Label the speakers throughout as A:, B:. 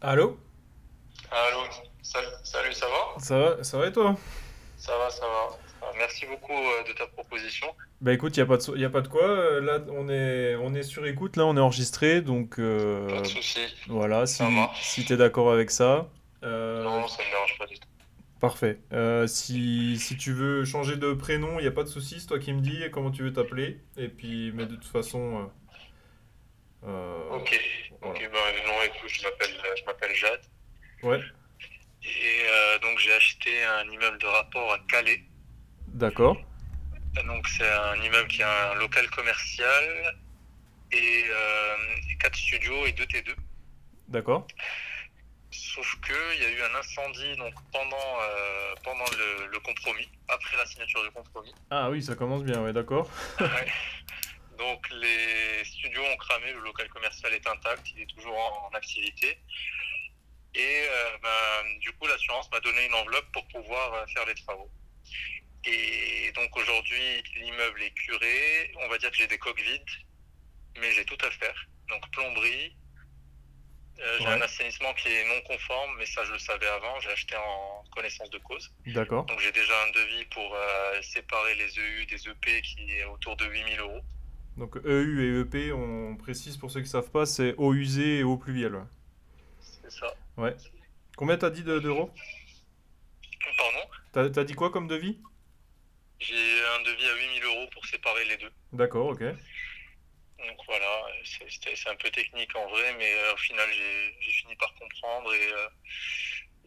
A: Allô
B: Allô, salut, salut, ça va
A: Ça va, ça va et toi
B: Ça va, ça va. Ah, Merci beaucoup euh, de ta proposition.
A: Bah écoute, il a pas de, so- y a pas de quoi. euh, Là, on est, on est sur écoute, là, on est enregistré, donc euh,
B: Pas de souci.
A: voilà, si,
B: Ça marche.
A: si t'es d'accord avec ça. euh,
B: Non, ça me dérange pas du tout.
A: Parfait. Euh, si, si tu veux changer de prénom, il n'y a pas de souci, c'est toi qui me dis comment tu veux t'appeler. Et puis, mais de toute façon... euh, euh,
B: Ok.
A: voilà.
B: Ok, ben non, écoute, je m'appelle, euh, je m'appelle Jade.
A: Ouais,
B: Et euh, donc j'ai acheté un immeuble de rapport à Calais.
A: d'accord.
B: Donc c'est un immeuble qui a un local commercial et euh, quatre studios et deux T2.
A: D'accord.
B: Sauf que il y a eu un incendie donc pendant euh, pendant le, le compromis, après la signature du compromis.
A: Ah oui, ça commence bien, ouais, d'accord.
B: Ouais. Donc les studios ont cramé, le local commercial est intact, il est toujours en, en activité. Et euh, ben, du coup, l'assurance m'a donné une enveloppe pour pouvoir euh, faire les travaux. Et donc aujourd'hui, l'immeuble est curé. On va dire que j'ai des coques vides, mais j'ai tout à faire. Donc plomberie. euh, j'ai
A: Ouais.
B: un assainissement qui est non conforme, mais ça je le savais avant, j'ai acheté en connaissance de cause.
A: D'accord.
B: Donc j'ai déjà un devis pour euh, séparer les EU des EP qui est autour de 8000 euros.
A: Donc EU et EP, on précise pour ceux qui savent pas, c'est eau usée et eau pluviale. ouais.
B: C'est ça.
A: Ouais. Combien t'as dit de- d'euros
B: Pardon
A: T'as t'as dit quoi comme devis
B: J'ai un devis à 8000 euros pour séparer les deux.
A: D'accord, ok.
B: Donc voilà, c'est c'était- c'est un peu technique en vrai, mais euh, au final j'ai j'ai fini par comprendre et, euh,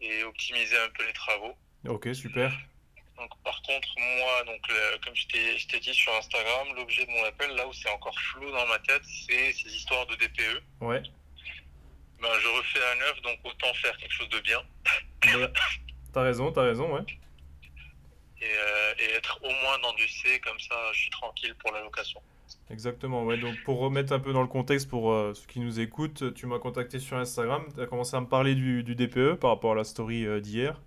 B: et optimiser un peu les travaux.
A: Ok, super.
B: Donc par contre, moi, donc euh, comme je t'ai je t'ai dit sur Instagram, l'objet de mon appel, là où c'est encore flou dans ma tête, c'est ces histoires de DPE.
A: Ouais.
B: Ben, je refais à neuf, donc autant faire quelque chose de bien.
A: Bah, T'as raison, t'as raison, ouais.
B: et, euh, et être au moins dans du C, comme ça je suis tranquille pour la location.
A: Exactement, ouais. Donc pour remettre un peu dans le contexte pour euh, ceux qui nous écoutent, tu m'as contacté sur Instagram, tu as commencé à me parler du, du DPE par rapport à la story euh, d'hier.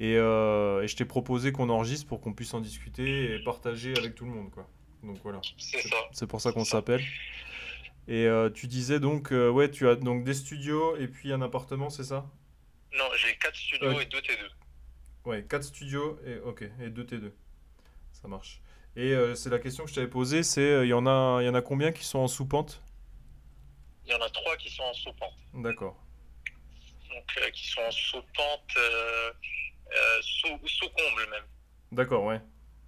A: Et, euh, et je t'ai proposé qu'on enregistre pour qu'on puisse en discuter et partager avec tout le monde, quoi. Donc voilà.
B: C'est
A: C'est-
B: ça.
A: C'est pour ça qu'on s'appelle. Et euh, tu disais donc, euh, ouais, tu as donc des studios et puis un appartement, c'est ça
B: Non, j'ai 4 studios
A: Ouais.
B: et 2 T2.
A: Ouais, 4 studios et ok, et 2 T2. Ça marche. Et euh, c'est la question que je t'avais posée, c'est euh, il y en a il y en a combien qui sont en sous-pente
B: Il y en a 3 qui sont en sous-pente.
A: D'accord.
B: Donc euh, qui sont en sous-pente, euh, euh, sous, sous-comble même.
A: D'accord, ouais.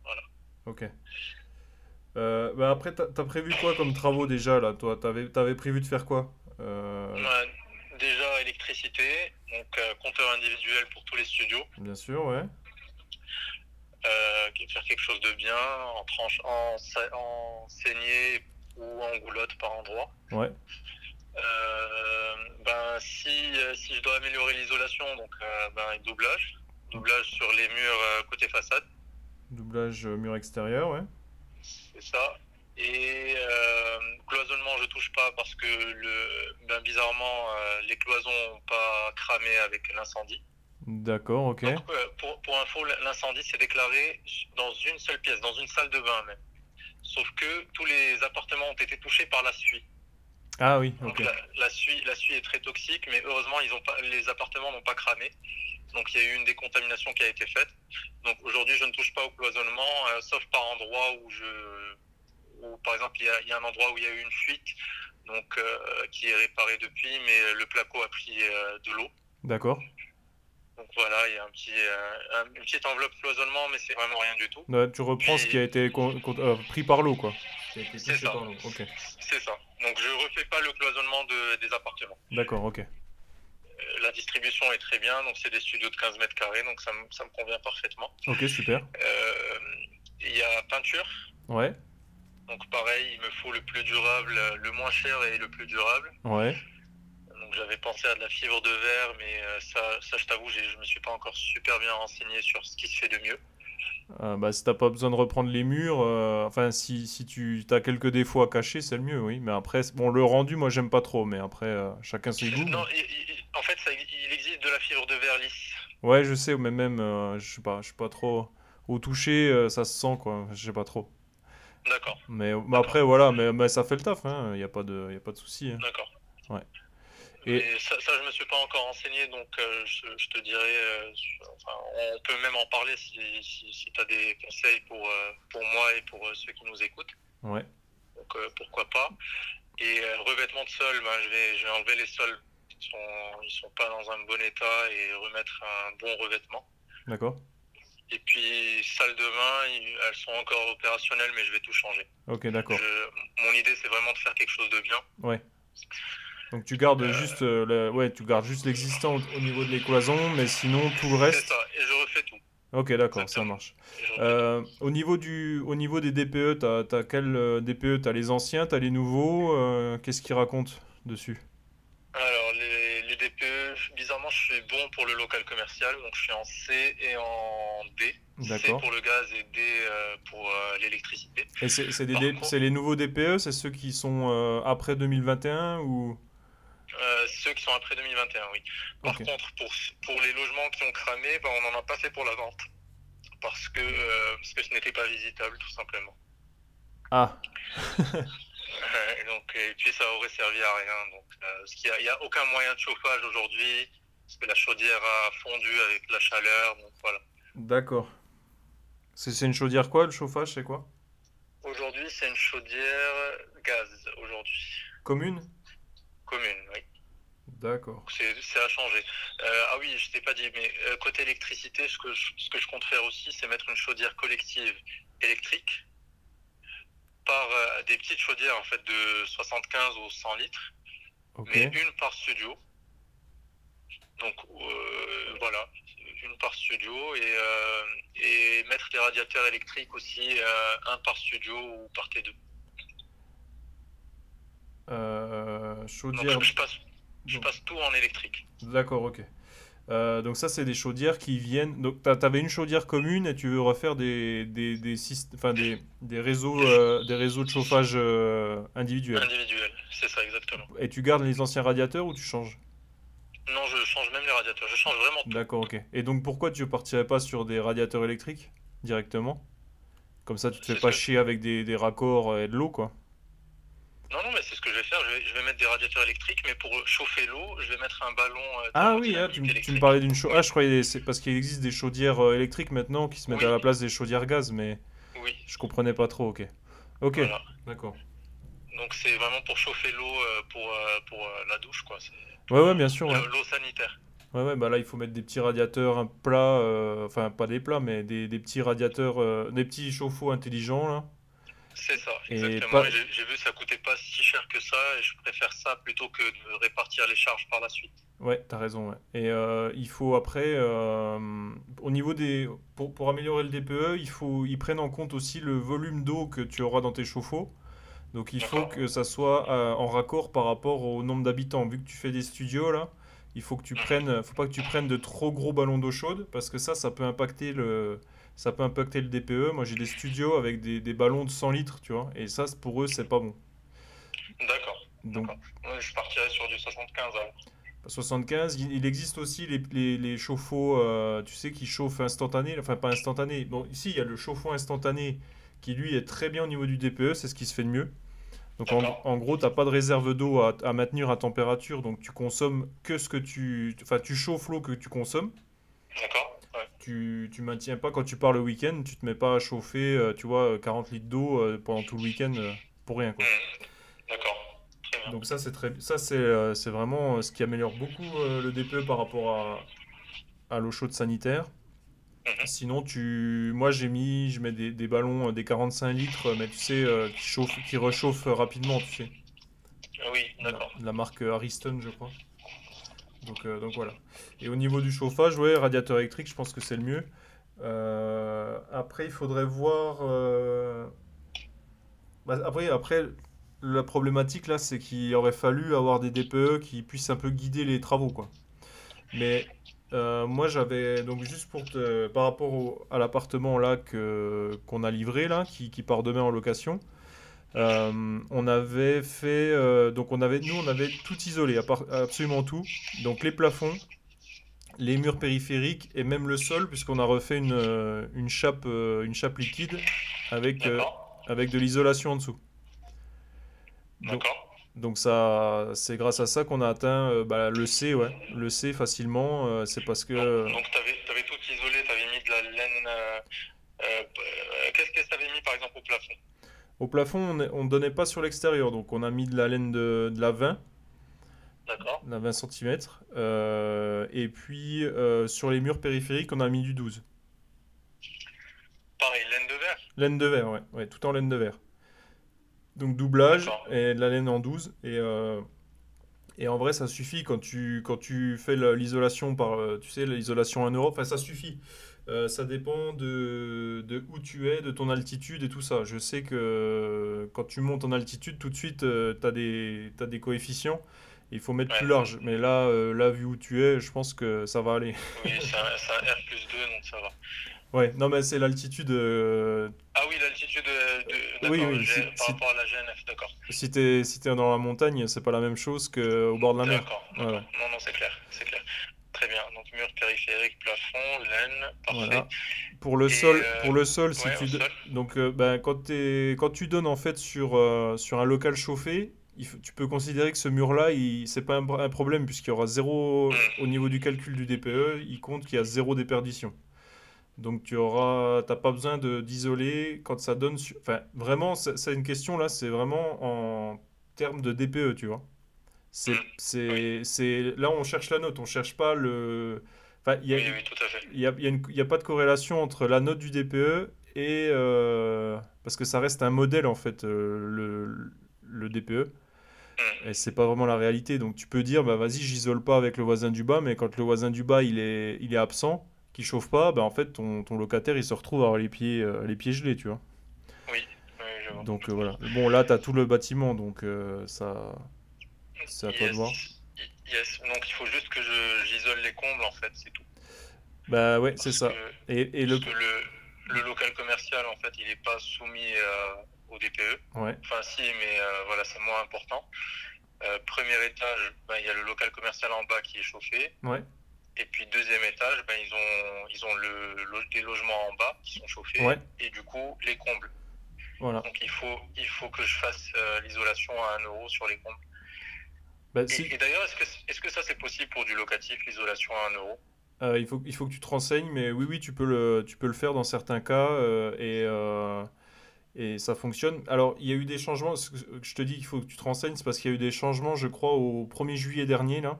B: Voilà.
A: Ok. Euh, bah après, t'as t'as prévu quoi comme travaux déjà là, toi T'avais t'avais prévu de faire quoi Euh,
B: Ouais, déjà électricité, donc euh, compteur individuel pour tous les studios.
A: Bien sûr, ouais.
B: Euh, faire quelque chose de bien, en, tranche, en, sa- en saignée ou en goulotte par endroit.
A: Ouais.
B: Euh, ben, si, euh, si je dois améliorer l'isolation, donc euh, ben, doublage. Doublage sur les murs euh, côté façade,
A: Doublage euh, mur extérieur, ouais.
B: c'est ça. Et euh, cloisonnement, je touche pas parce que le, ben, bizarrement, euh, les cloisons n'ont pas cramé avec l'incendie.
A: D'accord, ok.
B: Donc, euh, pour, pour info, l'incendie s'est déclaré dans une seule pièce, dans une salle de bain même. Sauf que tous les appartements ont été touchés par la suie.
A: Ah oui,
B: Donc
A: ok.
B: la, la suie, la suie est très toxique, mais heureusement, ils ont pas, les appartements n'ont pas cramé. Donc il y a eu une décontamination qui a été faite. Donc aujourd'hui, je ne touche pas au cloisonnement, euh, sauf par endroit où je, où par exemple, il y, a, il y a un endroit où il y a eu une fuite, donc euh, qui est réparée depuis, mais le placo a pris euh, de l'eau.
A: D'accord.
B: Donc voilà, il y a un petit, euh, un- une petite enveloppe cloisonnement, mais c'est vraiment rien du tout.
A: Ouais, tu reprends ce qui a été con- con- euh, pris par l'eau, quoi. Qui a été
B: C'est
A: touché
B: ça.
A: par l'eau. Ok.
B: C'est ça. Donc je refais pas le cloisonnement de- des appartements.
A: D'accord, ok.
B: Euh, La distribution est très bien, donc c'est des studios de 15 mètres carrés, donc ça, me- ça me convient parfaitement.
A: Ok, super.
B: Euh, Il y a peinture,
A: Ouais,
B: donc pareil, il me faut le plus durable, euh, le moins cher et le plus durable.
A: ouais,
B: Donc j'avais pensé à de la fibre de verre, mais euh, ça, ça je t'avoue, j'ai- je me suis pas encore super bien renseigné sur ce qui se fait de mieux.
A: Euh, bah, si t'as pas besoin de reprendre les murs, euh, enfin si, si tu as quelques défauts à cacher, c'est le mieux, oui. Mais après, c'est- bon, le rendu, moi j'aime pas trop, mais après, euh, chacun ses goûts.
B: Non, il- il- en fait, ça- il existe de la fibre de verre lisse.
A: Ouais, je sais, mais même, euh, je sais pas, je suis pas trop. Au toucher, euh, ça se sent, quoi, je sais pas trop. euh,
B: D'accord,
A: Mais bah, après, voilà, mais, mais ça fait le taf, hein, y a pas de, y a pas de souci. hein.
B: d'accord.
A: Ouais.
B: Et mais ça, ça, je me suis pas encore renseigné, donc euh, je, je, te dirais, euh, enfin, on peut même en parler si, si, si tu as des conseils pour, euh, pour moi et pour ceux qui nous écoutent.
A: Ouais.
B: Donc euh, pourquoi pas. Et euh, revêtement de sol, ben, je, vais, je vais enlever les sols. Ils sont, ils sont pas dans un bon état et remettre un bon revêtement.
A: D'accord.
B: Et puis, salle de bain, elles sont encore opérationnelles, mais je vais tout changer.
A: Ok, d'accord.
B: Je, mon idée, c'est vraiment de faire quelque chose de bien.
A: Ouais. Donc tu gardes euh... juste euh, le... ouais, tu gardes juste l'existant au, niveau de les cloisons, mais sinon tout le reste.
B: C'est ça, et je refais tout.
A: Ok, d'accord, ça marche. Euh, au, niveau du, au niveau des DPE, t'as as quel euh, DPE E? T'as les anciens, t'as les nouveaux euh, Qu'est-ce qu'ils racontent dessus
B: Alors, les, les, DPE, bizarrement, je suis bon pour le local commercial, donc je suis en C et en D. C pour le gaz et D euh, pour l'électricité.
A: Et c'est contre... les nouveaux DPE C'est ceux qui sont euh, après 2021 ou...
B: Euh, ceux qui sont après 2021, oui. Par okay. contre, pour, pour les logements qui ont cramé, ben, on n'en a pas fait pour la vente. Parce que, euh, parce que ce n'était pas visitable, tout simplement.
A: Ah
B: euh, donc, Et puis ça aurait servi à rien. Donc, euh, parce qu'il n'y a, a, aucun moyen de chauffage aujourd'hui, parce que la chaudière a fondu avec la chaleur, donc voilà.
A: D'accord. C'est une chaudière quoi Le chauffage, c'est quoi
B: Aujourd'hui, c'est une chaudière gaz, aujourd'hui.
A: Commune
B: commune, oui.
A: D'accord.
B: C'est à changer. Euh, ah oui, je t'ai pas dit, mais euh, côté électricité, ce que, je, ce que je compte faire aussi, c'est mettre une chaudière collective électrique par euh, des petites chaudières en fait de 75 ou 100 litres, okay. mais une par studio. Donc euh, voilà, une par studio et, euh, et, mettre des radiateurs électriques aussi, euh, un par studio ou par T2.
A: Euh, chaudière.
B: Donc, je, passe, je passe, tout en électrique.
A: D'accord, ok. Euh, donc ça, c'est des chaudières qui viennent. Donc t'avais une chaudière commune et tu veux refaire des des, des, enfin, des, des réseaux euh, des réseaux de chauffage euh, individuels.
B: Individuels, c'est ça exactement.
A: Et tu gardes les anciens radiateurs ou tu changes
B: Non, je change même les radiateurs. Je change vraiment.
A: D'accord, ok. Et donc pourquoi tu partirais pas sur des radiateurs électriques directement Comme ça, tu te fais pas ça. chier avec des, raccords et de l'eau, quoi.
B: Non, non, mais c'est ce que je vais faire. Je vais, je vais, mettre des radiateurs électriques, mais pour chauffer l'eau, je vais mettre un ballon. Euh,
A: ah oui, ah, tu, tu, me parlais d'une chaudière. Ah, je croyais c'est parce qu'il existe des chaudières euh, électriques maintenant qui se mettent oui. à la place des chaudières gaz, mais
B: oui.
A: je comprenais pas trop. Ok. Ok. Voilà. D'accord.
B: Donc c'est vraiment pour chauffer l'eau euh, pour, euh, pour la douche, quoi.
A: Ouais, ouais, bien sûr. Ouais.
B: L'eau sanitaire.
A: Ouais, ouais, bah là, il faut mettre des petits radiateurs un plat, euh, enfin, pas des plats, mais des, des petits radiateurs, euh, des petits chauffe-eau intelligents, là.
B: C'est ça, exactement. Pas... J'ai vu ça coûtait pas si cher que ça et je préfère ça plutôt que de répartir les charges par la suite.
A: Ouais, t'as raison. Ouais. Et euh, il faut après, euh, au niveau des, pour, pour, améliorer le DPE, il faut, ils prennent en compte aussi le volume d'eau que tu auras dans tes chauffe-eau. Donc il faut que ça soit euh, en raccord par rapport au nombre d'habitants. Vu que tu fais des studios là, il faut que tu prennes, faut pas que tu prennes de trop gros ballons d'eau chaude parce que ça, ça peut impacter le, ça peut impacter le DPE. Moi, j'ai des studios avec des, des, ballons de 100 litres, tu vois, et ça, pour eux, c'est pas bon.
B: D'accord. Donc, ouais, je partirais sur du 75. Alors.
A: 75, il, il existe aussi les, les, les chauffe-eau, euh, tu sais, qui chauffent instantané, enfin pas instantané. Bon, ici, il y a le chauffe-eau instantané qui, lui, est très bien au niveau du DPE, c'est ce qui se fait de mieux. Donc, en, en, gros, tu n'as pas de réserve d'eau à, à, maintenir à température, donc tu consommes que ce que tu. Enfin, tu chauffes l'eau que tu consommes.
B: D'accord
A: tu, tu maintiens pas quand tu pars le week-end, tu te mets pas à chauffer, euh, tu vois, 40 litres d'eau euh, pendant tout le week-end euh, pour rien. Quoi.
B: Mmh. D'accord.
A: Donc ça c'est très, ça c'est euh, c'est vraiment ce qui améliore beaucoup euh, le DPE par rapport à, à l'eau chaude sanitaire. Mmh. Sinon, tu... moi j'ai mis, je mets des, des ballons, euh, des 45 litres, euh, mais tu sais, qui, chauffent, qui rechauffent rapidement, tu sais.
B: Oui, d'accord.
A: La, la marque Ariston, je crois. Donc, euh, donc, voilà. Et au niveau du chauffage, ouais, radiateur électrique, je pense que c'est le mieux. Euh, après, il faudrait voir. Euh... Bah, après, après, la problématique là, c'est qu'il aurait fallu avoir des DPE qui puissent un peu guider les travaux, quoi. Mais euh, moi, j'avais donc juste pour te, par rapport au, à l'appartement là que qu'on a livré là, qui, qui, part demain en location. Euh, on avait fait, euh, donc on avait, nous, on avait tout isolé, à part, absolument tout. Donc les plafonds, les murs périphériques et même le sol, puisqu'on a refait une, euh, une, chape, une chape euh, liquide avec, euh, avec de l'isolation en dessous.
B: D'accord.
A: Donc ça, c'est grâce à ça qu'on a atteint euh, bah, le C, ouais. Le C facilement, euh, c'est parce que...
B: Donc, donc tu avais, avais, tout isolé, tu avais mis de la laine... Euh, Qu'est-ce que tu avais mis par exemple au plafond
A: Au plafond, on ne donnait pas sur l'extérieur, donc on a mis de la laine de, de la 20.
B: D'accord.
A: De la 20 cm. et puis euh, sur les murs périphériques, on a mis du 12.
B: Pareil, laine de verre
A: Laine de verre, ouais. ouais tout en laine de verre. Donc doublage et de la laine en 12. Et, euh, et en vrai, ça suffit quand tu, quand tu fais l'isolation par, euh, tu sais, l'isolation en Europe. Enfin, ça suffit. Euh, ça dépend de, de, où tu es, de ton altitude et tout ça. Je sais que quand tu montes en altitude, tout de suite, euh, tu as des, as des coefficients. Il faut mettre ouais. plus large. Mais là, euh, là, vu où tu es, je pense que ça va aller.
B: oui, c'est un, R plus 2, donc ça va.
A: Ouais, non, mais c'est l'altitude. Euh...
B: Ah oui, l'altitude de, de oui, oui, si, par si, rapport à la GNF, d'accord.
A: Si t'es si es dans la montagne, c'est pas la même chose qu'au bord de la mer.
B: D'accord, voilà. non, non, c'est clair, c'est clair. Très bien, donc mur périphérique, plafond, laine, parfait. Voilà.
A: Pour le Et sol, euh... pour le sol, si ouais, tu do... sol. donc euh, ben quand es... quand tu donnes en fait sur euh, sur un local chauffé, il faut, tu peux considérer que ce mur-là, c'est pas un, un problème puisqu'il y aura zéro mmh. au niveau du calcul du DPE, il compte qu'il y a zéro déperdition. Donc tu auras, t'as pas besoin de d'isoler quand ça donne. Su... Enfin, vraiment, c'est une question là, c'est vraiment en termes de DPE, tu vois. C'est, c'est, oui. là on cherche la note, on cherche pas le. Enfin, il y a,
B: oui, oui, tout à fait.
A: Il y a, y a, une, y a pas de corrélation entre la note du DPE et euh, parce que ça reste un modèle en fait euh, le, le DPE. Et c'est pas vraiment la réalité. Donc tu peux dire, bah vas-y, j'isole pas avec le voisin du bas, mais quand le voisin du bas il est, il est absent, qui chauffe pas, bah en fait ton, ton, locataire il se retrouve à avoir les pieds, euh, les pieds gelés, tu vois.
B: Oui, oui je vois.
A: Donc euh, voilà. Bon là t'as tout le bâtiment donc euh, ça c'est à
B: yes.
A: toi de voir.
B: Yes. Donc il faut juste que j'isole les combles en fait, c'est tout.
A: Bah ouais, c'est ça.
B: Que,
A: et, et
B: le... le... le local commercial en fait il n'est pas soumis euh, au DPE.
A: Ouais.
B: Enfin si mais euh, voilà c'est moins important. Euh, premier étage, il bah, y a le local commercial en bas qui est chauffé.
A: Ouais.
B: Et puis deuxième étage, ben, ils ont, ils ont le, le, des logements en bas qui sont chauffés
A: ouais.
B: et du coup les combles.
A: Voilà.
B: Donc il faut, il faut que je fasse euh, l'isolation à 1 euro sur les combles.
A: Bah, si.
B: Et, et d'ailleurs, est-ce que, est que ça c'est possible pour du locatif, l'isolation à 1 euro
A: euh, il, faut, il faut que tu te renseignes, mais oui, oui, tu peux le, tu peux le faire dans certains cas euh, et, et ça fonctionne. Alors, il y a eu des changements, ce que je te dis qu'il faut que tu te renseignes, c'est parce qu'il y a eu des changements, je crois, au 1er juillet dernier, là.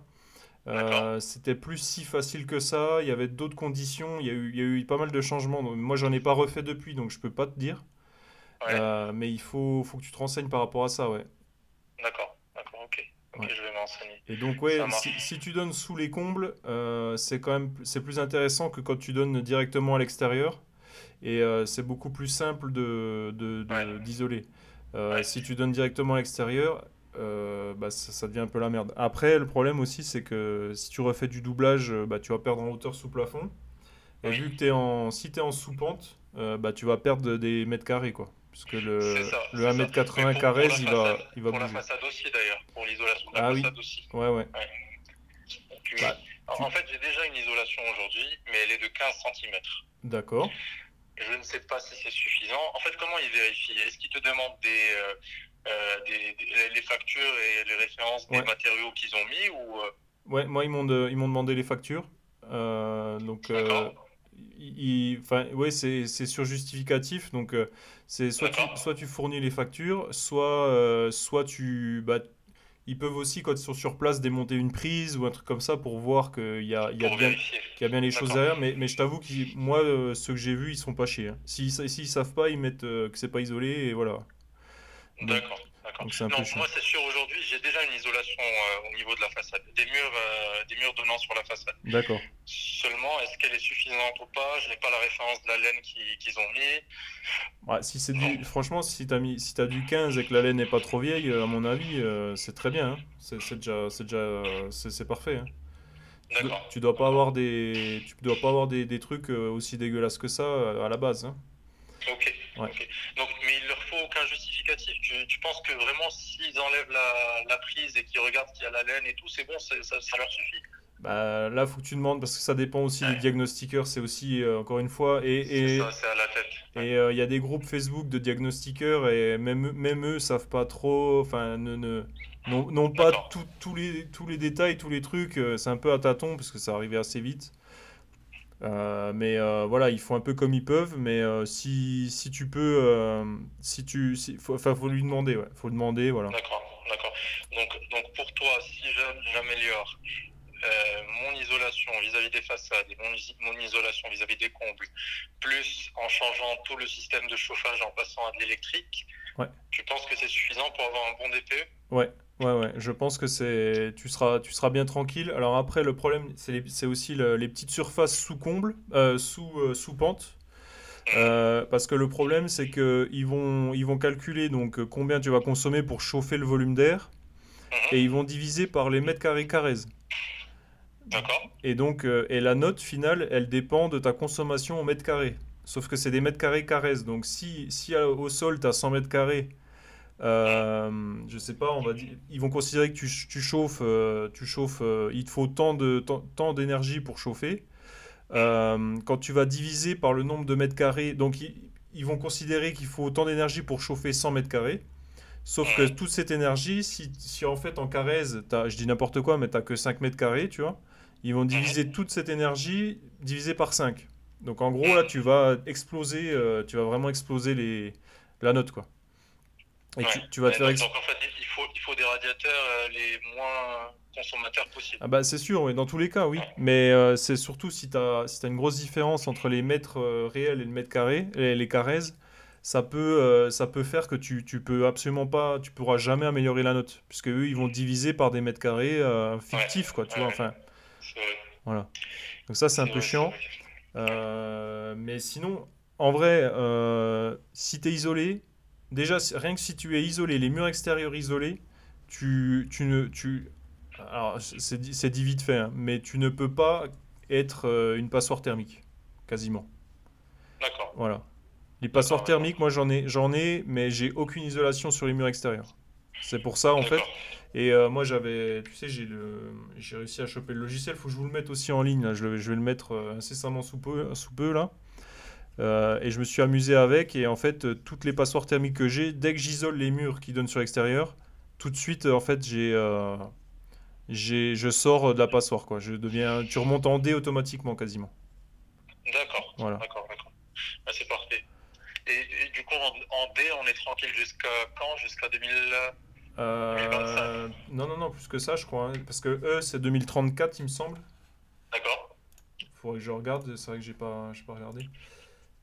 A: Euh, c'était plus si facile que ça. Il y avait d'autres conditions. Il y, a eu, il y, a eu, pas mal de changements. Moi, j'en ai pas refait depuis, donc je peux pas te dire.
B: Ouais.
A: Euh, mais il faut, faut que tu te renseignes par rapport à ça, ouais.
B: D'accord, d'accord, ok. Ok,
A: ouais.
B: je vais m'enseigner.
A: Et donc, ouais, si, si, tu donnes sous les combles, euh, c'est quand même c'est plus intéressant que quand tu donnes directement à l'extérieur. Et euh, c'est beaucoup plus simple d'isoler. De, de, d'isoler ouais. Si tu donnes directement à l'extérieur, euh, bah, ça, ça, devient un peu la merde. Après, le problème aussi, c'est que si tu refais du doublage, bah, tu vas perdre en hauteur sous plafond. Et oui. vu que es en, si tu es en sous-pente, euh, bah, tu vas perdre des mètres carrés. Quoi. Parce que le,
B: ça,
A: le 1m80 carré, il va, il va
B: pour
A: bouger.
B: La façade aussi, d'ailleurs, pour l'isolation
A: Bah, ah,
B: oui.
A: Aussi. Ouais, ouais. ouais.
B: Tu... Bah, Alors, tu... En fait, j'ai déjà une isolation aujourd'hui, mais elle est de 15 cm.
A: D'accord.
B: Je ne sais pas si c'est suffisant. En fait, comment ils vérifient Est-ce qu'ils te demandent des. Euh... Euh, des, des, les factures et les références des
A: Ouais.
B: matériaux qu'ils ont mis ou euh...
A: Ouais, moi ils m'ont de, ils m'ont demandé les factures. Euh, donc il, enfin ouais, c'est c'est sur justificatif donc euh, c'est soit tu, soit tu fournis les factures, soit euh, soit tu bah, ils peuvent aussi, quand ils sont sur place, démonter une prise ou un truc comme ça pour voir qu'il y a, il y a, bien, il y a bien les choses derrière. Mais, mais je t'avoue que moi, euh, ceux que j'ai vus, ils sont pas chiés. Hein. S'ils S'ils savent pas, ils mettent euh, que c'est pas isolé et voilà.
B: D'accord, d'accord. Non, moi c'est sûr aujourd'hui, j'ai déjà une isolation euh, au niveau de la façade, des murs, euh, des murs donnant sur la façade.
A: D'accord.
B: Seulement, est-ce qu'elle est suffisante ou pas Je n'ai pas la référence de la laine qu'ils qu ont mis.
A: Ouais, si c'est du... franchement, si t'as mis, si as du 15 et que la laine n'est pas trop vieille, à mon avis, euh, c'est très bien. Hein. C'est déjà, c'est déjà, c'est parfait. Hein.
B: Tu,
A: tu dois pas avoir des, tu dois pas avoir des, des trucs euh, aussi dégueulasses que ça à la base. Hein.
B: Ok.
A: Ouais.
B: okay. Donc, mais il leur faut aucun justificatif. Tu, tu penses que vraiment, s'ils enlèvent la, la, prise et qu'ils regardent qu'il y a la laine et tout, c'est bon, ça, ça, leur suffit
A: bah, Là, faut que tu demandes parce que ça dépend aussi ouais. des diagnostiqueurs. C'est aussi, euh, encore une fois, et.
B: et c'est à la tête.
A: Et il euh, y a des groupes Facebook de diagnostiqueurs et même, même eux savent pas trop. Enfin, ne. ne Non, non pas tout, tout les, tous les détails, tous les trucs, euh, c'est un peu à tâtons parce que ça arrivait assez vite. Euh, mais euh, voilà, ils font un peu comme ils peuvent, mais euh, si, si tu peux, euh, si tu, si, faut, enfin, faut lui demander, ouais, faut demander, voilà.
B: D'accord, d'accord. Donc, donc pour toi, si je- j'améliore euh, mon isolation vis-à-vis des façades et mon, isi- mon isolation vis-à-vis des combles, plus en changeant tout le système de chauffage en passant à de l'électrique,
A: Ouais.
B: tu penses que c'est suffisant pour avoir un bon E DPE
A: Ouais, ouais, ouais. Je pense que c'est, tu seras, tu seras bien tranquille. Alors après, le problème, c'est les- c'est aussi le- les petites surfaces sous comble, euh, sous, euh, sous pente. Euh, parce que le problème, c'est que ils vont, ils vont calculer donc euh, combien tu vas consommer pour chauffer le volume d'air,
B: Mhm,
A: et ils vont diviser par les mètres carrés carrés.
B: D'accord,
A: Et donc, euh, et la note finale, elle dépend de ta consommation au mètre carré. Sauf que c'est des mètres carrés carrés. Donc, si, si à- au sol, tu as 100 mètres carrés, euh, je sais pas, on va dire, ils vont considérer que tu, ch- tu chauffes, euh, tu chauffes euh, il te faut tant de tant, tant d'énergie pour chauffer. Euh, quand tu vas diviser par le nombre de mètres carrés, donc ils, ils vont considérer qu'il faut autant d'énergie pour chauffer 100 mètres carrés. Sauf que toute cette énergie, si, si en fait en carrés, t'as- je dis n'importe quoi, mais tu que 5 mètres carrés, tu vois, ils vont diviser toute cette énergie divisée par 5. Donc en gros, là, tu vas exploser, euh, tu vas vraiment exploser les, la note, quoi. Et tu,
B: Ouais.
A: tu vas te
B: Ouais,
A: faire
B: donc,
A: ex-
B: donc, en fait, il- il faut, il faut des radiateurs euh, les moins consommateurs possibles.
A: Ah bah c'est sûr, oui, dans tous les cas, oui. Mais euh, c'est surtout si tu as, si t'as une grosse différence entre les mètres euh, réels et le mètre carré, et les carrés, ça peut, euh, ça peut faire que tu, tu peux absolument pas, tu pourras jamais améliorer la note, puisque eux, ils vont diviser par des mètres carrés euh, fictifs, quoi, tu
B: Ouais,
A: vois,
B: ouais.
A: enfin.
B: C'est vrai.
A: Donc ça, c'est un
B: C'est
A: peu
B: vrai, c'est
A: chiant.
B: vrai.
A: Euh, mais sinon, en vrai, euh, si tu es isolé, déjà, si- rien que si tu es isolé, les murs extérieurs isolés, tu, tu ne. Tu, alors, c'est- c'est dit c'est dit vite fait, hein, mais tu ne peux pas être euh, une passoire thermique, quasiment.
B: D'accord.
A: Voilà. Les passoires
B: D'accord, d'accord.
A: thermiques, moi j'en ai, j'en ai, mais j'ai aucune isolation sur les murs extérieurs. C'est pour ça, en fait,
B: D'accord.
A: et euh, moi, j'avais, tu sais, j'ai le, j'ai réussi à choper le logiciel. Faut que je vous le mette aussi en ligne. Là. Je, le- je vais le mettre euh, incessamment sous peu, sous peu là. Euh, et je me suis amusé avec. Et en fait, euh, toutes les passoires thermiques que j'ai, dès que j'isole les murs qui donnent sur l'extérieur, tout de suite, euh, en fait, j'ai, euh, j'ai, je sors de la passoire quoi. Je deviens, tu remontes en D automatiquement quasiment.
B: D'accord.
A: Voilà.
B: D'accord, d'accord. Ah, c'est parfait. Et, et du coup, en, en D, on est tranquille jusqu'à quand Jusqu'à 2000. euh,
A: Euh, non, non, non, plus que ça, je crois. hein, parce que eux, c'est 2034, il me semble.
B: D'accord
A: Faudrait que je regarde, c'est vrai que j'ai pas, j'ai pas regardé.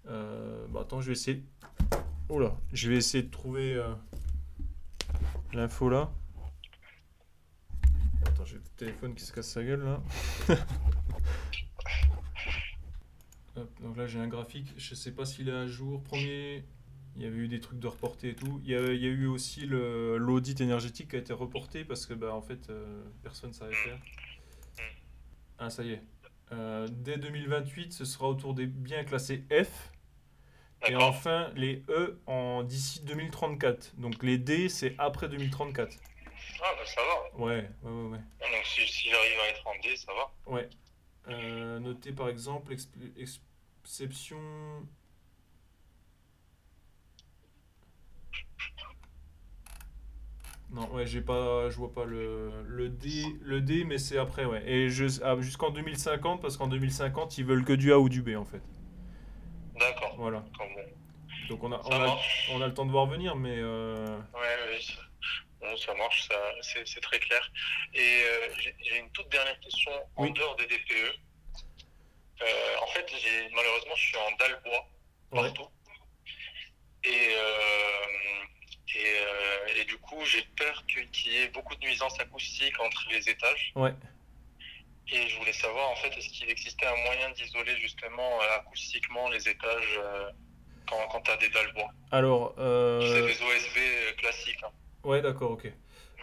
A: Euh, bah attends, je vais essayer. Oh là, je vais essayer de trouver euh, l'info là. Attends, j'ai le téléphone qui se casse sa gueule là. Hop, donc là j'ai un graphique, je sais pas s'il est à jour. Premier, il y avait eu des trucs de reporter et tout. Il y a, il y a eu aussi le- l'audit énergétique qui a été reporté parce que bah en fait euh, personne savait faire. Ah ça y est. Euh, dès 2028, ce sera autour des biens classés F. Et
B: D'accord.
A: enfin, les E en d'ici 2034. Donc les D, c'est après 2034.
B: Ah, bah, ça va.
A: Ouais, ouais, ouais. ouais.
B: Ah, Donc, si, si j'arrive à être en D, ça va.
A: Ouais. Euh, notez par exemple exp- exception. Non, ouais, j'ai pas, je vois pas le, le D, le D, mais c'est après, ouais. Et je- ah, jusqu'en 2050, parce qu'en 2050, ils veulent que du A ou du B, en fait.
B: D'accord.
A: Voilà.
B: D'accord, bon.
A: Donc on a, on
B: Ça
A: a-
B: marche.
A: on a le temps de voir venir, mais euh,
B: Ouais, ouais, ça, bon, ça marche, ça, c'est, c'est très clair. Et euh, j'ai, j'ai une toute dernière question en
A: Oui.
B: dehors des DPE. Euh, en fait, j'ai, malheureusement, je suis en dalbois
A: ouais.
B: partout. Et, euh, et, euh, et du coup, j'ai peur que- qu'il y ait beaucoup de nuisances acoustiques entre les étages.
A: Ouais.
B: Et je voulais savoir, en fait, est-ce qu'il existait un moyen d'isoler justement euh, acoustiquement les étages euh, quand, quand tu as des dalles bois
A: Alors,
B: C'est
A: euh,
B: des OSB classiques. hein.
A: ouais, d'accord, ok.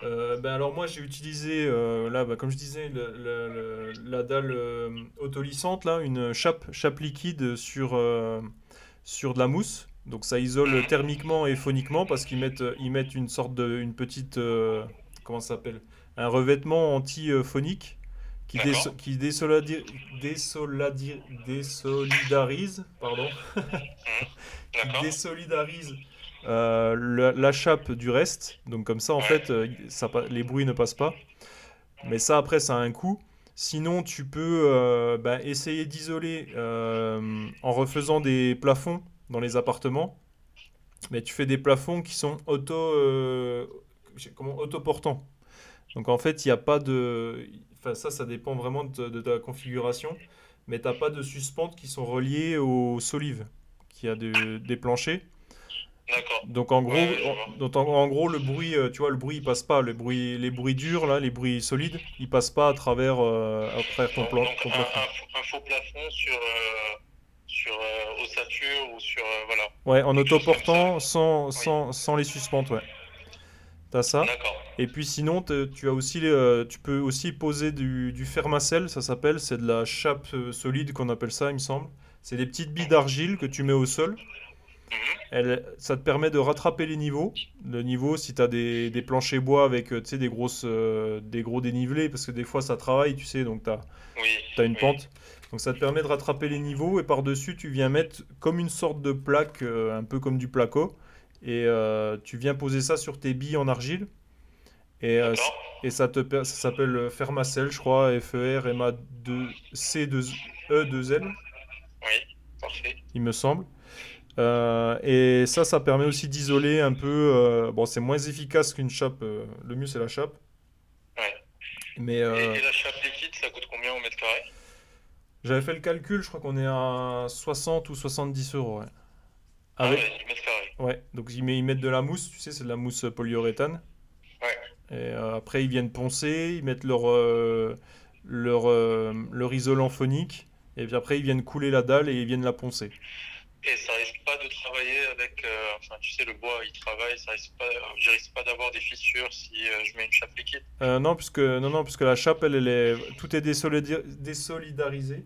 A: Euh, ben alors moi j'ai utilisé euh, là, bah, comme je disais, le- le- le- la dalle euh, autolissante là, une chape, chape liquide sur euh, sur de la mousse. Donc ça
B: Mhm.
A: isole thermiquement et phoniquement parce qu'ils mettent ils mettent une sorte de une petite euh, comment ça s'appelle un revêtement anti-phonique qui, dés-
B: D'accord.
A: qui désoladi- désoladi- désolidarise pardon qui
B: D'accord
A: désolidarise euh, le- la chape du reste. Donc comme ça, en fait, euh, ça, pa- les bruits ne passent pas. Mais ça, après, ça a un coût. Sinon, tu peux euh, bah, essayer d'isoler euh, en refaisant des plafonds dans les appartements. Mais tu fais des plafonds qui sont auto, euh, comment, autoportants. Donc en fait, il n'y a pas de... Enfin, ça, ça dépend vraiment de, de ta configuration. Mais tu n'as pas de suspentes qui sont reliées aux solives, qui a de- des planchers.
B: D'accord.
A: Donc en gros,
B: Ouais, je vois.
A: en, donc en- en gros le bruit, euh, tu vois, le bruit il passe pas, le bruit, les bruits durs là, les bruits solides, ils passent pas à travers, euh, à travers ton
B: Donc,
A: plan.
B: donc,
A: ton
B: un,
A: plafond.
B: un- un faux plafond sur, euh, sur euh, ossature ou sur. euh, voilà.
A: Ouais, en
B: quelque chose comme
A: autoportant, sans, sans, sans les suspentes, ouais. T'as ça.
B: D'accord.
A: Et puis sinon, te- tu as aussi, euh, tu peux aussi poser du, du fermacelle, ça s'appelle, c'est de la chape euh, solide qu'on appelle ça, il me semble. C'est des petites billes d'argile que tu mets au sol.
B: Mhm.
A: Elle, ça te permet de rattraper les niveaux. Le niveau, si tu as des, des planchers bois avec euh, tu sais, des, grosses, euh, des gros dénivelés, parce que des fois ça travaille, tu sais, donc tu as,
B: Oui.
A: une
B: oui.
A: pente. Donc ça te permet de rattraper les niveaux et par-dessus, tu viens mettre comme une sorte de plaque, euh, un peu comme du placo. Et euh, tu viens poser ça sur tes billes en argile. Et, euh,
B: D'accord.
A: et ça te per- ça s'appelle euh, Fermacell, je crois, E FER, MA2, C2, E2L,
B: Oui. Parfait.
A: E il me semble. Euh, et ça, ça permet aussi d'isoler un peu. euh, bon, c'est moins efficace qu'une chape. euh, le mieux, c'est la chape.
B: Ouais.
A: Mais euh,
B: Et, et la chape liquide, ça coûte combien au mètre carré
A: j'avais fait le calcul, je crois qu'on est à 60 ou 70 euros. Ouais. Avec,
B: Ah ouais, du mètre carré.
A: ouais. Donc ils, met- ils mettent de la mousse, tu sais, c'est de la mousse polyuréthane.
B: Ouais.
A: Et euh, après, ils viennent poncer, ils mettent leur, euh, leur, euh, leur isolant phonique. Et puis après, ils viennent couler la dalle et ils viennent la poncer.
B: Et ça risque pas de travailler avec. euh, enfin, tu sais, le bois, il travaille. Ça risque pas, je risque pas d'avoir des fissures si euh, je mets une chape liquide.
A: Euh, non, puisque, non, non, puisque la chape, elle, elle est, tout est désolida- désolidarisé.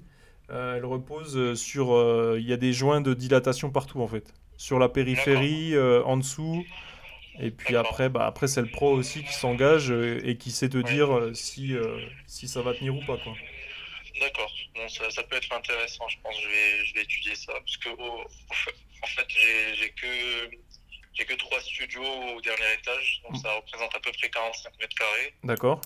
A: Euh, elle repose euh, sur. euh, Il y a des joints de dilatation partout, en fait. Sur la périphérie, euh, en dessous. Et puis
B: D'accord.
A: après, bah, après c'est le pro aussi qui s'engage euh, et qui sait te dire euh, si, euh, si ça va tenir ou pas. Quoi.
B: D'accord. Bon, ça, ça peut être intéressant, je pense. Je vais, je vais étudier ça. Parce que, au- au fait- en fait, j'ai j'ai que, j'ai que trois studios au dernier étage. Donc, ça représente à peu près 45 mètres carrés.
A: D'accord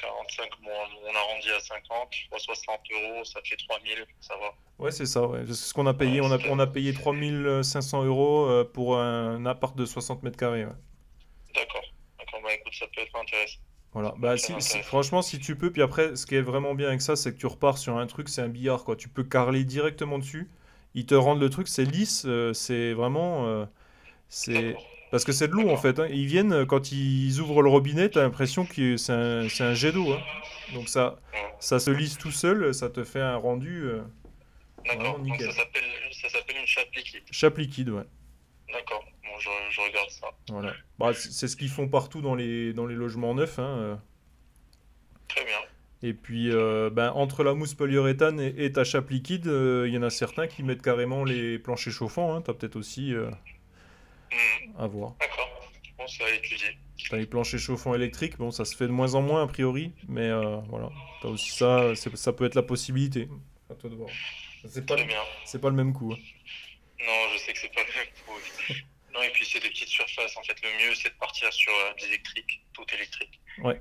B: 45, bon, on arrondit à 50. Fois 60 euros, ça fait 3000. Ça va.
A: Ouais, c'est ça. ouais. C'est ce qu'on a payé. On a, on a payé 3500 euros euh, pour un appart de 60 mètres carrés. ouais.
B: D'accord. D'accord. Bah, écoute, ça peut être intéressant.
A: Voilà. Bah, si- si- franchement, si tu peux, puis après, ce qui est vraiment bien avec ça, c'est que tu repars sur un truc, c'est un billard, quoi. Tu peux carreler directement dessus. Ils te rendent le truc, c'est lisse, euh, c'est vraiment. euh, c'est
B: D'accord.
A: Parce que c'est de l'eau, en fait. hein. Ils viennent, euh, quand ils ouvrent le robinet, t'as l'impression que c'est un, c'est un jet d'eau. hein. Donc ça,
B: Ouais.
A: ça se lisse tout seul, ça te fait un rendu euh,
B: D'accord.
A: Vraiment
B: Donc,
A: nickel.
B: ça s'appelle ça s'appelle une chape liquide.
A: chape liquide, ouais.
B: D'accord. Bon, je, je regarde ça.
A: Voilà. Bah, c- c'est ce qu'ils font partout dans les, dans les logements neufs. hein, euh.
B: Très bien.
A: Et puis, euh, ben, entre la mousse polyuréthane et, et ta chape liquide, euh, il y en a certains qui mettent carrément les planchers chauffants. Hein. T'as peut-être aussi euh,
B: Mhm.
A: à voir.
B: D'accord. Bon, ça va étudier.
A: T'as les planchers chauffants électriques. Bon, ça se fait de moins en moins a priori, mais euh, voilà. T'as aussi ça. c'est- Ça peut être la possibilité. À toi de voir. C'est pas,
B: Très bien.
A: c'est pas le même coup. hein.
B: Non, je sais que c'est pas le même coup. Non, et puis c'est des petites surfaces. En fait, le mieux, c'est de partir sur euh, de l'électrique, tout électrique.
A: Ouais.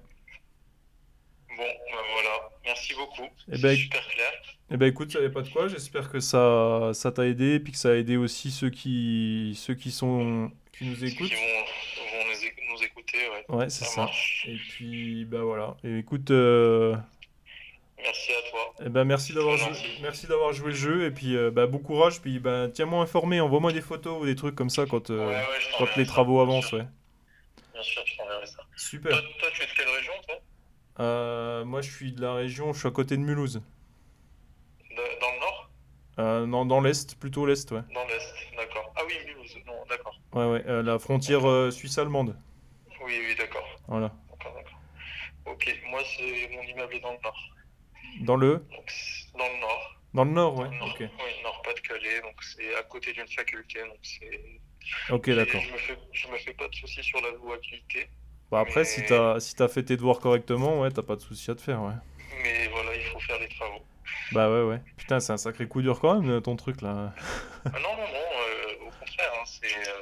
B: Bon, ben voilà. Merci beaucoup.
A: Eh
B: C'est
A: ben,
B: super clair.
A: Eh ben écoute, ça n'est pas de quoi. J'espère que ça, ça t'a aidé, et puis que ça a aidé aussi ceux qui, ceux qui sont, qui nous
B: Ceux
A: écoutent.
B: qui vont, vont nous, éc- nous écouter, ouais.
A: Ouais, c'est ça.
B: marche.
A: Et puis, bah voilà. Et écoute, euh,
B: Merci à toi.
A: eh ben merci d'avoir
B: C'est
A: joué,
B: gentil.
A: merci d'avoir joué le jeu. Et puis, euh, bah, bon courage. Puis, bah, tiens-moi informé. Envoie-moi des photos ou des trucs comme ça quand, euh,
B: Ouais, ouais, je
A: quand
B: t'enverrai
A: les
B: ça.
A: travaux
B: Bien
A: avancent.
B: sûr,
A: Ouais.
B: Bien sûr, je t'enverrai ça. Toi,
A: Super.
B: toi, tu es de quelle région, toi
A: Euh, moi, je suis de la région. Je suis à côté de Mulhouse.
B: De- Dans le nord
A: Euh, non, dans l'est, plutôt l'est, ouais.
B: Dans l'est, d'accord. Ah oui, Mulhouse, non, d'accord.
A: Ouais, ouais. euh, la frontière euh, suisse-allemande.
B: Oui, oui, d'accord.
A: Voilà.
B: D'accord, d'accord. Ok, moi, c'est mon immeuble est dans le nord.
A: Dans le,
B: Donc, c'est dans le nord.
A: dans le nord, ouais.
B: Nord-
A: Ok.
B: Oui, Nord-Pas-de-Calais, donc c'est à côté d'une faculté, donc c'est.
A: Ok,
B: Et
A: d'accord.
B: Je me fais, je me fais pas de soucis sur la louabilité,
A: Bah après, si
B: Mais-
A: t'as si t'as fait tes devoirs correctement, ouais, t'as pas de souci à te faire, ouais.
B: mais voilà, il faut faire les travaux.
A: Bah ouais, ouais. Putain, c'est un sacré coup dur quand même, ton truc là.
B: ah non, non, non, euh, au contraire, hein, c'est. euh,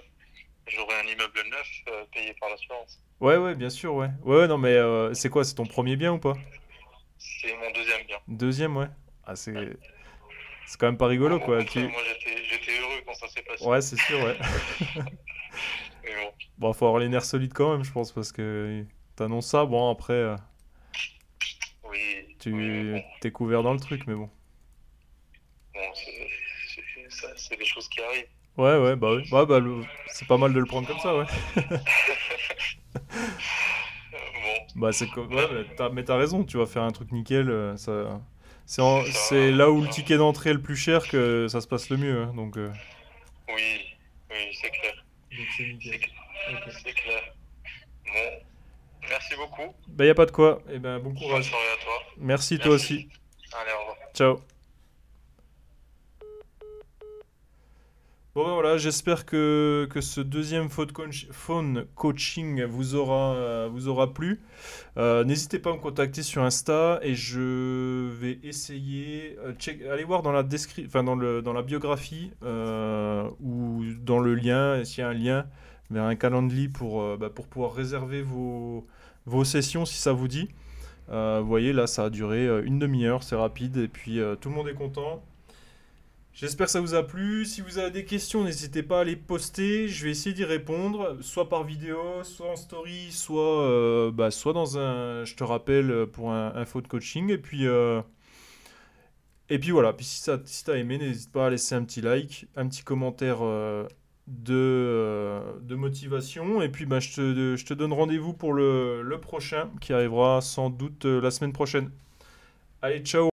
B: je, neuf euh, payé par l'assurance.
A: Ouais, ouais, bien sûr, ouais. Ouais, non, mais euh, c'est quoi C'est ton premier bien ou pas
B: C'est mon deuxième bien.
A: Deuxième, ouais. Ah, c'est. C'est quand même pas rigolo,
B: Au
A: quoi.
B: contraire,
A: Tu...
B: Moi, j'étais j'étais heureux quand ça s'est passé.
A: Ouais, c'est sûr, ouais.
B: Mais bon,
A: Bon, faut avoir les nerfs solides quand même, je pense, parce que t'annonces ça, bon, après, euh,
B: oui. oui, mais
A: tu
B: bon,
A: t'es couvert dans le truc, mais bon.
B: bon, c'est- c'est- ça, c'est des choses qui arrivent.
A: Ouais, ouais, bah oui. Ouais, bah, le- c'est pas mal de le prendre comme ça, ouais.
B: Euh, bon,
A: Bah, c'est co- ouais, mais t'as- mais t'as raison, tu vas faire un truc nickel, euh, ça. C'est en- c'est là où le ticket d'entrée est le plus cher que ça se passe le mieux, hein, donc. euh,
B: oui, oui, c'est clair.
A: Donc c'est
B: C'est
A: nickel.
B: clair. C'est clair. Bon, merci beaucoup.
A: Bah y a pas de quoi. Et ben bon
B: Bonne
A: courage.
B: soirée à toi.
A: Merci toi
B: Merci.
A: aussi.
B: Allez, au revoir.
A: Ciao. Bon ben voilà, j'espère que, que ce deuxième phone coach- phone coaching vous aura, euh, vous aura plu. Euh, N'hésitez pas à me contacter sur Insta et je vais essayer. euh, check- allez voir dans la, descri- enfin, dans le, dans la biographie euh, ou dans le lien, s'il y a un lien vers un calendrier pour, euh, bah, pour pouvoir réserver vos, vos sessions si ça vous dit. Euh, vous voyez, là, ça a duré euh, une demi-heure, c'est rapide, et puis euh, tout le monde est content. J'espère que ça vous a plu. Si vous avez des questions, n'hésitez pas à les poster. Je vais essayer d'y répondre, soit par vidéo, soit en story, soit, euh, bah, soit dans un, je te rappelle, euh, pour un, un faux de coaching. Et puis, euh, et puis voilà. Puis si ça, si t'as aimé, n'hésite pas à laisser un petit like, un petit commentaire euh, de, euh, de motivation. Et puis, bah, je, te, je te donne rendez-vous pour le, le prochain qui arrivera sans doute euh, la semaine prochaine. Allez, ciao